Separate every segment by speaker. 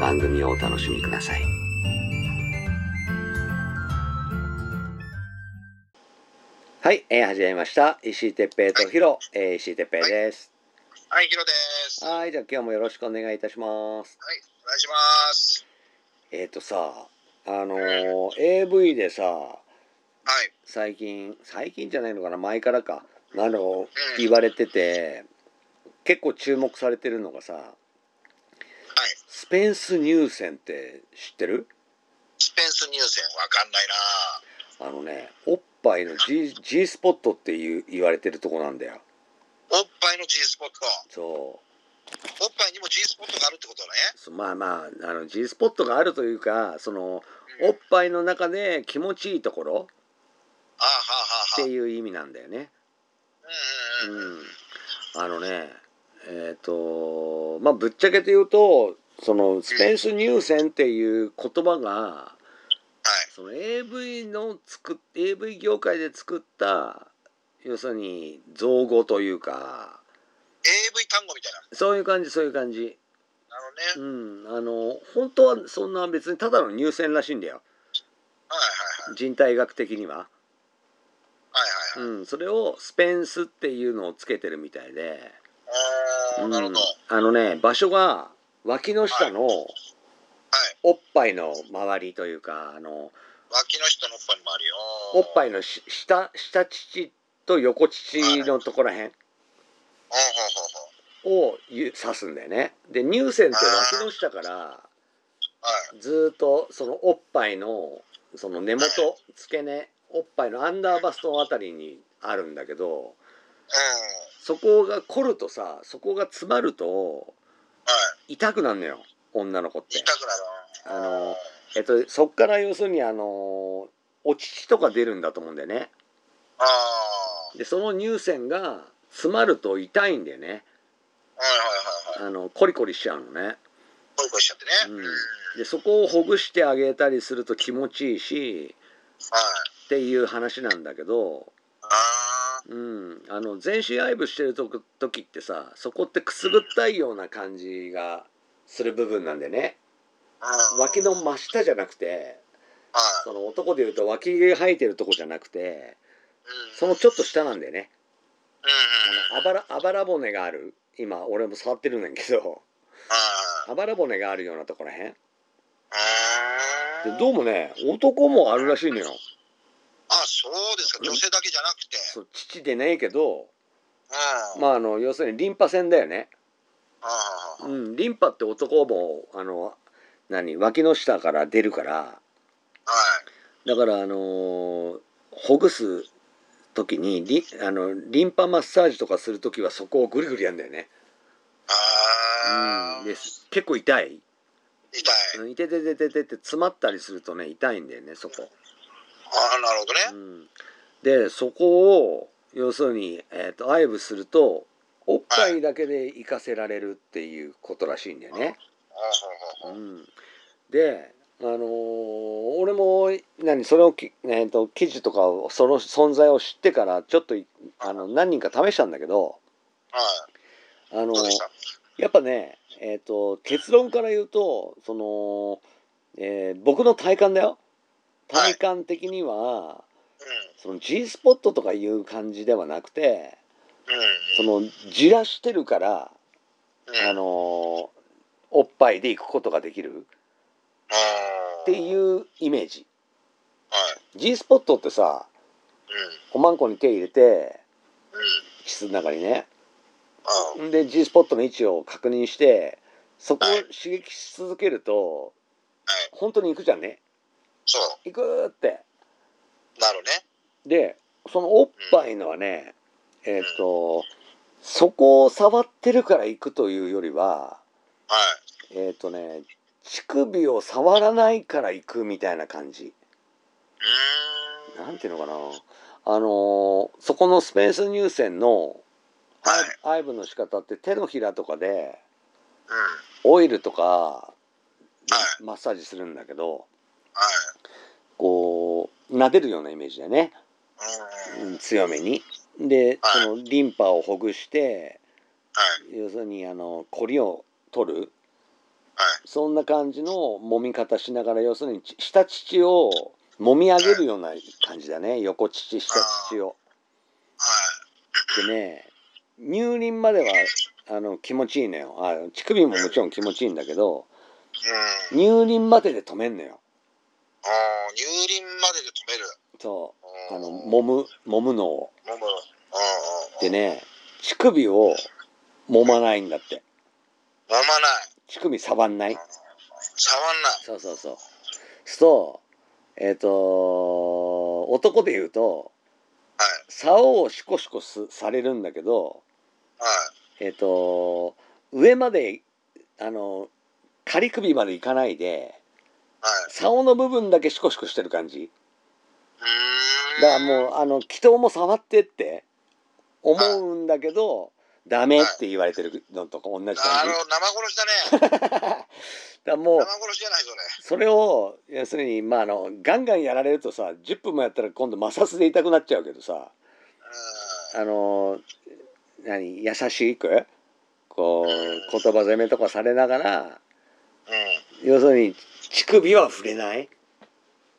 Speaker 1: 番組をお楽しみください。はい、えー始めました。石井哲平とヒロ、えー石井哲平です。
Speaker 2: はい、ヒロです。はい、
Speaker 1: はい、じゃあ今日もよろしくお願いいたします。
Speaker 2: お願いします。
Speaker 1: えっ、とさ、あのー AV でさ、
Speaker 2: はい、
Speaker 1: 最近、最近じゃないのかな、前からか、あの、
Speaker 2: うん、
Speaker 1: 言われてて、結構注目されてるのがさ、
Speaker 2: はい、
Speaker 1: スペンス・ニューセンって知ってる
Speaker 2: スペンス入選わかんないな。
Speaker 1: あのね、おっぱいの G, G スポットっていう言われてるとこなんだよ。
Speaker 2: おっぱいの G スポット。
Speaker 1: そ
Speaker 2: おっぱいにも G スポットがあるってこと
Speaker 1: う。そうまあまあ、あの G スポットがあるというか、その、
Speaker 2: ね。
Speaker 1: おっぱいの中で気持ちいいところ
Speaker 2: あは
Speaker 1: っ
Speaker 2: あはあはあ。う
Speaker 1: て
Speaker 2: ん
Speaker 1: いう意味なんだよね。
Speaker 2: うんうん。
Speaker 1: うん、あのねえっ、とまあぶっちゃけて言うとそのスペンス入選っていう言葉が
Speaker 2: はい、
Speaker 1: その AV の作っ AV 業界で作った要するに造語というか
Speaker 2: AV 単語みたい
Speaker 1: そういう感じそういう感じ
Speaker 2: な。あのね。
Speaker 1: うんあの本当はそんな別にただの入選らしいんだよ
Speaker 2: はいはいはい。
Speaker 1: 人体学的には、
Speaker 2: はいはいはい。
Speaker 1: うん、それをスペンスっていうのをつけてるみたいで
Speaker 2: あー
Speaker 1: うん
Speaker 2: なるほど。はい。
Speaker 1: あのね場所が脇の下のおっぱいの周りというかあの
Speaker 2: 脇の人のおっぱいにもあるよ。
Speaker 1: おっぱ
Speaker 2: い。
Speaker 1: いのし下下乳と横乳のところへん
Speaker 2: ほうほうほうほう。
Speaker 1: をゆ指すんだよねで乳腺って脇の下から
Speaker 2: はい。
Speaker 1: ずーっとそのおっぱいのその根元付け根おっぱいのアンダーバストのあたりにあるんだけど
Speaker 2: うん。
Speaker 1: そこが凝るとさそこが詰まると
Speaker 2: は
Speaker 1: 痛くなるのよ女の子っ
Speaker 2: い。
Speaker 1: て
Speaker 2: 痛。くなる。
Speaker 1: あのえっと、そっから要するにあのお乳とか出るんだと思うんだよね
Speaker 2: ああ。
Speaker 1: でその乳腺が詰まると痛いんだよね
Speaker 2: はいはいはいはい。
Speaker 1: あのコリコリしちゃうのね
Speaker 2: ポリポリしちゃってね。
Speaker 1: う
Speaker 2: うんん。はい。
Speaker 1: でそこをほぐしてあげたりすると気持ちいいしっていう話なんだけど、
Speaker 2: ああ。
Speaker 1: うん、あの全身愛撫してると時ってさそこってくすぐったいような感じがする部分なんでね
Speaker 2: うん
Speaker 1: 脇の真下じゃなくて
Speaker 2: はい
Speaker 1: その男でいうと脇毛生えてるとこじゃなくて
Speaker 2: うん
Speaker 1: そのちょっと下なんだよね
Speaker 2: うんうん
Speaker 1: あのあばらあばら骨がある今俺も触ってるんだけど
Speaker 2: は
Speaker 1: あばら骨があるようなところへん
Speaker 2: い
Speaker 1: でどうもね男もあるらしいのよ
Speaker 2: あそうですか女性だけじゃなくて
Speaker 1: そう乳でねえけど
Speaker 2: うん
Speaker 1: まああの要するにリンパ腺だよね、
Speaker 2: あ
Speaker 1: う
Speaker 2: うん
Speaker 1: ん、リンパって男もあの何脇の下から出るから
Speaker 2: はい
Speaker 1: だからあのーほぐす時にリあのリンパマッサージとかする時はそこをぐりぐりやんだよね、
Speaker 2: あ
Speaker 1: う
Speaker 2: あ
Speaker 1: ん、で結構痛い
Speaker 2: 痛い
Speaker 1: うんいてててててって詰まったりするとね痛いんだよねそこ。
Speaker 2: ああなるほどね
Speaker 1: うん、でそこを要するに、えー、と愛撫するとおっぱいだけで行かせられるっていうことらしいんだよね。
Speaker 2: うん
Speaker 1: う
Speaker 2: うんうん
Speaker 1: ん、で、あのー俺も何それをき、えー、と記事とかをその存在を知ってからちょっといあの何人か試したんだけど、
Speaker 2: はい
Speaker 1: あの
Speaker 2: ど
Speaker 1: ー
Speaker 2: うでした
Speaker 1: やっぱね、えー、と結論から言うとその、えー僕の体感だよ体感的には、
Speaker 2: うん
Speaker 1: その G スポットとかいう感じではなくて
Speaker 2: うん
Speaker 1: そのじらしてるから、
Speaker 2: うん
Speaker 1: あのーおっぱいで行くことができる
Speaker 2: あー
Speaker 1: ていうイメージ
Speaker 2: はい
Speaker 1: G スポットってさおまんこに手入れて
Speaker 2: うんうん
Speaker 1: 室の中にね
Speaker 2: あー
Speaker 1: んで G スポットの位置を確認してそこを
Speaker 2: はい
Speaker 1: 刺激し続けると
Speaker 2: はい
Speaker 1: 本当に行くじゃんね
Speaker 2: そ
Speaker 1: 行くーって
Speaker 2: うなるね
Speaker 1: でそのおっぱいのはねえっ、とそこを触ってるから行くというよりは
Speaker 2: はい
Speaker 1: えっ、とね乳首を触らないから行くみたいな感じ
Speaker 2: うーん
Speaker 1: なんていうのかなあのーそこのスペース入選の
Speaker 2: は
Speaker 1: ア
Speaker 2: い
Speaker 1: イブの仕方って手のひらとかで
Speaker 2: うんはい
Speaker 1: オイルとか
Speaker 2: は
Speaker 1: マッサージするんだけど
Speaker 2: はい
Speaker 1: こう撫でるようなイメージだよね、
Speaker 2: うん
Speaker 1: う
Speaker 2: うん
Speaker 1: ん強めに。で
Speaker 2: はい
Speaker 1: そのリンパをほぐして
Speaker 2: はい
Speaker 1: 要するにあのコリを取る
Speaker 2: はい
Speaker 1: そんな感じの揉み方しながら要するにち下乳を揉み上げるような感じだね横乳下乳を。
Speaker 2: は
Speaker 1: でね乳輪まではあの気持ちいいのよあ乳首ももちろん気持ちいいんだけど
Speaker 2: いうん
Speaker 1: 乳輪までで止めんのよ
Speaker 2: あー乳輪までで止める
Speaker 1: そううあ
Speaker 2: ん
Speaker 1: の揉む揉むのを
Speaker 2: 揉むうん
Speaker 1: でね乳首を揉まないんだって
Speaker 2: 揉まない
Speaker 1: 乳首触んない
Speaker 2: 触んない
Speaker 1: そうそうそうするとえっ、と男で言うと
Speaker 2: はい
Speaker 1: 竿をシコシコすされるんだけど
Speaker 2: はい
Speaker 1: えっ、と上まであの仮首までいかないで
Speaker 2: はい
Speaker 1: 竿の部分だけシコシコしてる感じ
Speaker 2: うーん
Speaker 1: だからもうあの祈祷も触ってって思うんだけどダメって言われてるのと同じ感じ
Speaker 2: あ
Speaker 1: だか
Speaker 2: の生殺しだね
Speaker 1: らもう
Speaker 2: 生殺しじゃない
Speaker 1: そ
Speaker 2: それ
Speaker 1: れを要するにまああのガンガンやられるとさ10分もやったら今度摩擦で痛くなっちゃうけどさあの何優しくこう言葉攻めとかされながら
Speaker 2: うんうん
Speaker 1: 要するに乳首は触れないだか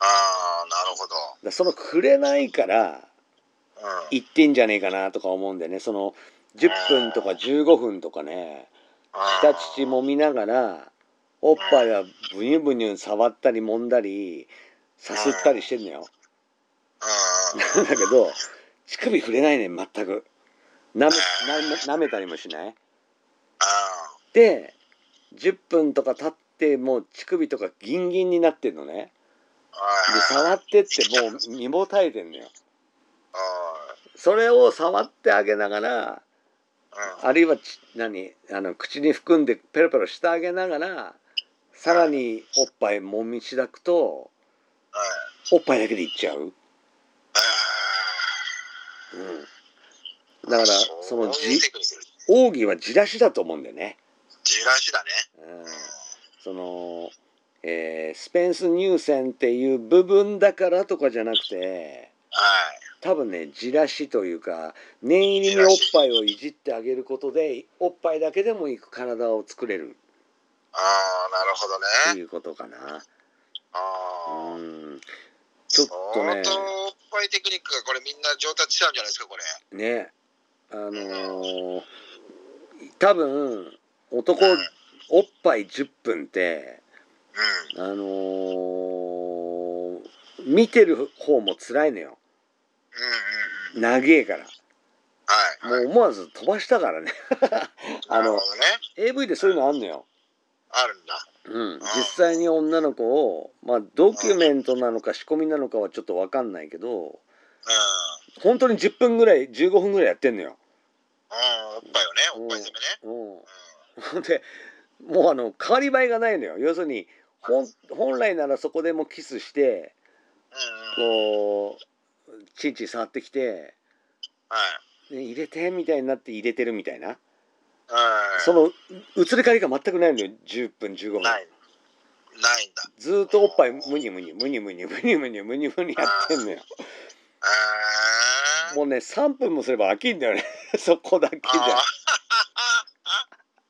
Speaker 2: ああなるほど
Speaker 1: らその触れないから
Speaker 2: うん
Speaker 1: 行ってんじゃねえかなとか思うんだよねその10分とか15分とかね下乳
Speaker 2: も
Speaker 1: 揉みながらおっぱいはブニュブニュ触ったり揉んだりさすったりしてんのよなん だけど乳首触れないね全くなめなめ舐めたりもしないで10分とか経ってもう乳首とかギンギンになってんのねで触ってってもう身も耐えてんのよそれを触ってあげながらあるいはち何あの口に含んでペロペロしてあげながらさらにおっぱいもみしだくとおっぱいだけでいっちゃう、うん、だからそのじ奥義はじらしだと思うんだよね、
Speaker 2: じらしだね
Speaker 1: うん、その、えースペンス入選っていう部分だからとかじゃなくて
Speaker 2: はい
Speaker 1: 多分ねじらしというか念入りにおっぱいをいじってあげることでおっぱいだけでもいく体を作れる
Speaker 2: ああなるほど
Speaker 1: って
Speaker 2: ね
Speaker 1: いうことかな。
Speaker 2: あ
Speaker 1: う
Speaker 2: あ
Speaker 1: んちょっとね
Speaker 2: 相当おっぱいテクニックがこれみんな上達しちゃうんじゃないですかこれ
Speaker 1: ねあのー多分男
Speaker 2: うん
Speaker 1: おっぱい10分って
Speaker 2: うん
Speaker 1: あのー見てる方も辛いのよ
Speaker 2: うんうんうん
Speaker 1: 長えから
Speaker 2: はい
Speaker 1: もう思わず飛ばしたからね あ
Speaker 2: なる
Speaker 1: の
Speaker 2: ほどね
Speaker 1: AV でそういうのあんのよ、
Speaker 2: あるんだ
Speaker 1: うん、実際に女の子をまあドキュメントなのか仕込みなのかはちょっと分かんないけど
Speaker 2: う
Speaker 1: 本当に10分ぐらい15分ぐらいやってんのよ、
Speaker 2: んうんおっぱいをねおっぱい攻めね
Speaker 1: うん
Speaker 2: うん
Speaker 1: でもうあの変わり映えがないのよ要するに本本来ならそこでもうキスして
Speaker 2: うんうん
Speaker 1: こうチンチン触ってきて、
Speaker 2: はい
Speaker 1: ね入れてみたいになって入れてるみたいな
Speaker 2: うん
Speaker 1: その移り変わりが全くないのよ10分15分
Speaker 2: ないないんだ
Speaker 1: ずーっとおっぱいムニムニムニムニムニムニムニムニやってんのよ
Speaker 2: えー
Speaker 1: もうね3分もすれば飽きんだよね そこだけじ
Speaker 2: あ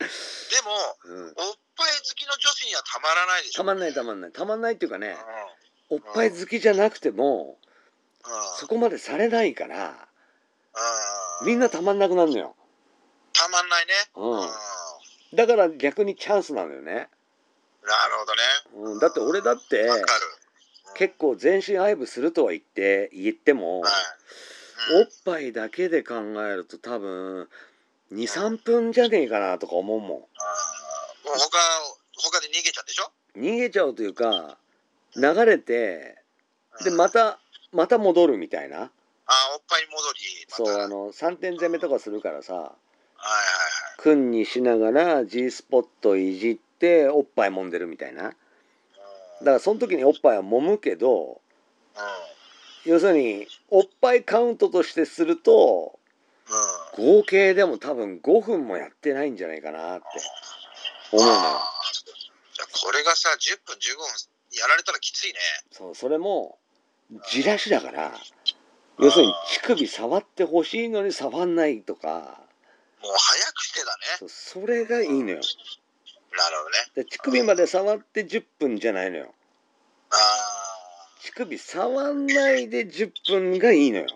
Speaker 2: ー でも
Speaker 1: ゃ、うん、
Speaker 2: おっぱい好きの女子にはたまらないでしょ
Speaker 1: たまんないた
Speaker 2: ま
Speaker 1: まんないたまんないっていうかね
Speaker 2: う
Speaker 1: お
Speaker 2: ん
Speaker 1: っぱい好きじゃなくてもそ
Speaker 2: うん
Speaker 1: こまでされないから
Speaker 2: うん
Speaker 1: みんなたまんなくなるのよ
Speaker 2: たまんないね
Speaker 1: うん
Speaker 2: うん
Speaker 1: だから逆にチャンスなのよね。
Speaker 2: なるほどね。
Speaker 1: うん、だって俺だって
Speaker 2: わかる。
Speaker 1: 結構全身愛撫するとは言って言っても
Speaker 2: はい。
Speaker 1: お
Speaker 2: うん
Speaker 1: っぱいだけで考えると多分23分じゃねえかなとか思うも
Speaker 2: あーもう他、他で逃げちゃうんでしょ
Speaker 1: ん逃げちゃうというか流れて
Speaker 2: うん
Speaker 1: でまたまた戻るみたいな
Speaker 2: あーおっぱい戻り。また
Speaker 1: そうあの3点攻めとかするからさ
Speaker 2: はいはい
Speaker 1: 訓にしながら G スポットいじっておっぱい揉んでるみたいなだ
Speaker 2: はい。
Speaker 1: からその時におっぱいは揉むけど
Speaker 2: う
Speaker 1: 要するにおっぱいカウントとしてすると
Speaker 2: ん。うん。うん
Speaker 1: 合計でも多分5分もやってないんじゃないかなって思うのよ
Speaker 2: あーじゃあこれがさ10分15分やられたらきついね
Speaker 1: そうそれもじらしだから要するに
Speaker 2: あー
Speaker 1: 乳首触ってほしいのに触んないとか
Speaker 2: もう早くしてだね
Speaker 1: そうそれがいいのよ
Speaker 2: なるほどね
Speaker 1: で乳首まで触って10分じゃないのよ
Speaker 2: あー
Speaker 1: 乳首触んないで10分がいいのよ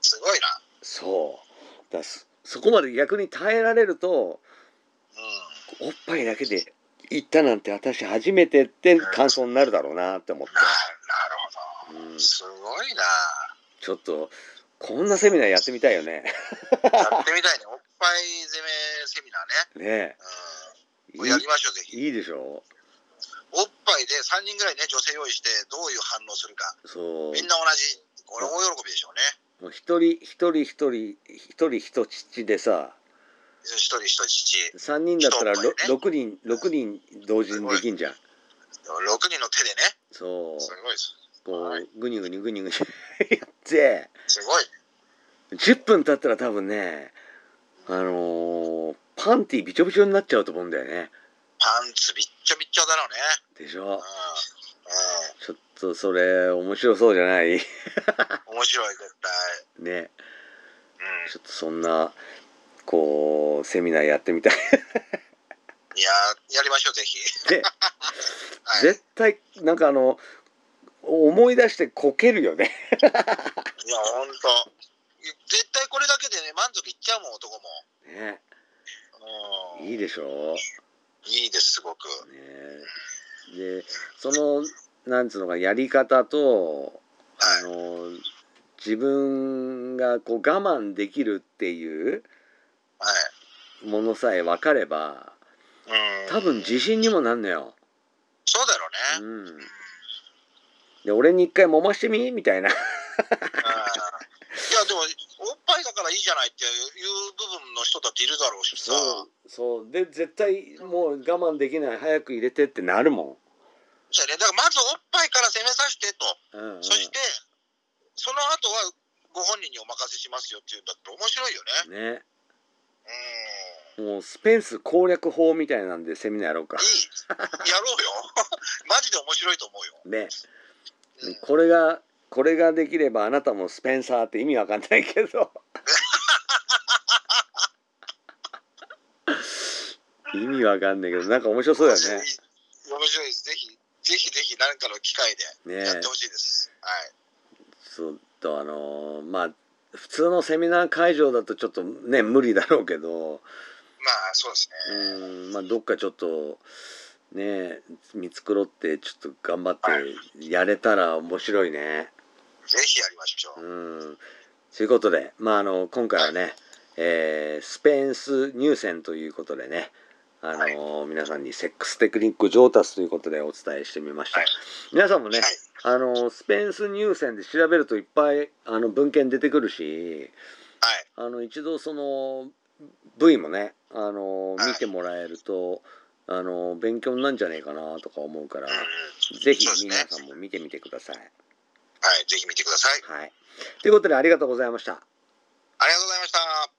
Speaker 2: すごいな
Speaker 1: そうだそそこまで逆に耐えられると
Speaker 2: うん
Speaker 1: おっぱいだけで行ったなんて私初めてって感想になるだろうなって思っ
Speaker 2: ななる
Speaker 1: て、うん
Speaker 2: ほどすごいな
Speaker 1: ちょっとこんなセミナーやってみたいよね
Speaker 2: やってみたいねおっぱい攻めセミナーね
Speaker 1: ねえ
Speaker 2: うんやりましょうぜひ
Speaker 1: いいいでしょ
Speaker 2: おっぱいで3人ぐらいね女性用意してどういう反応するか
Speaker 1: そう
Speaker 2: みんな同じこれ大喜びでしょうね
Speaker 1: もう一人一人一人一人一乳でさ
Speaker 2: 一人一人父
Speaker 1: 3人だったら
Speaker 2: 一人ね
Speaker 1: 6, 人六人同時にできんじゃん
Speaker 2: 6人の手でね
Speaker 1: そ
Speaker 2: すごいです
Speaker 1: うこうグニグニグニグニやって
Speaker 2: すごい
Speaker 1: 10分経ったら多分ねあのーパンティびちょびちょになっちゃうと思うんだよね
Speaker 2: パンツびっちょびっちょだろうね
Speaker 1: でしょ
Speaker 2: うんうん
Speaker 1: ちょっとそれ面白そうじゃない
Speaker 2: 面白い絶対。
Speaker 1: ね
Speaker 2: う
Speaker 1: ちょっとそんなこうセミナーやってみたい
Speaker 2: ん。いややりましょうぜひ。
Speaker 1: で
Speaker 2: はい。
Speaker 1: 絶対なんかあの思い出してこけるよね
Speaker 2: いや本当。絶対これだけでね満足いっちゃうもん男も。
Speaker 1: ね
Speaker 2: うん。
Speaker 1: いいでしょ
Speaker 2: いいですすごく。
Speaker 1: ねでそのなんつうのかやり方と
Speaker 2: は
Speaker 1: あ
Speaker 2: い。
Speaker 1: の自分がこう我慢できるっていうものさえ分かれば
Speaker 2: はい。うん。
Speaker 1: 多分自信にもなんのよ。
Speaker 2: そうだろう
Speaker 1: う
Speaker 2: ね。
Speaker 1: ん、で俺に一回揉ましてみみたいな
Speaker 2: うん。いやでもおっぱいだからいいじゃないっていう部分の人だっているだろうしさ。
Speaker 1: うそうで絶対もう我慢できない早く入れてってなるも
Speaker 2: じゃあねだからまずおっぱいから攻めさせてと。
Speaker 1: ん。うんうん
Speaker 2: そしてその後はご本人にお任せしますよっていうんだったら面白いよね。
Speaker 1: ね
Speaker 2: うん。
Speaker 1: もうスペンス攻略法みたいなんでセミナーやろうか。
Speaker 2: いい、やろうよ。 マジで面白いと思うよ。
Speaker 1: ね
Speaker 2: うん、
Speaker 1: これがこれができればあなたもスペンサーって意味わかんないけど意味わかんないけどなんか面白そうだよ
Speaker 2: 面白い
Speaker 1: ね。
Speaker 2: 面白いです。ぜひ、ぜひぜひ何かの機会
Speaker 1: ね
Speaker 2: でやってほしいです。はい。
Speaker 1: そうとあのーまあ普通のセミナー会場だとちょっとね無理だろうけど
Speaker 2: まあ、そうです
Speaker 1: う
Speaker 2: ね。
Speaker 1: ん、まあ、どっかちょっとね見繕ってちょっと頑張ってやれたら面白いね。
Speaker 2: ぜひやりましょう。
Speaker 1: うんということで、まあ、あの今回はね、えースペンス入選ということでね、あの皆さんにセックステクニック上達ということでお伝えしてみました、
Speaker 2: はい
Speaker 1: 皆さんもね、
Speaker 2: はい。
Speaker 1: あのスペンス入選で調べるといっぱいあの文献出てくるし
Speaker 2: はい。
Speaker 1: あの一度その V もねあの
Speaker 2: はい
Speaker 1: 見てもらえるとあの勉強になるんじゃないかなとか思うから、
Speaker 2: うんうん。
Speaker 1: ぜひ
Speaker 2: そうですね
Speaker 1: 皆さんも見てみてください。
Speaker 2: はい。ぜひ見てください。
Speaker 1: はい、ということでありがとうございました。
Speaker 2: ありがとうございました。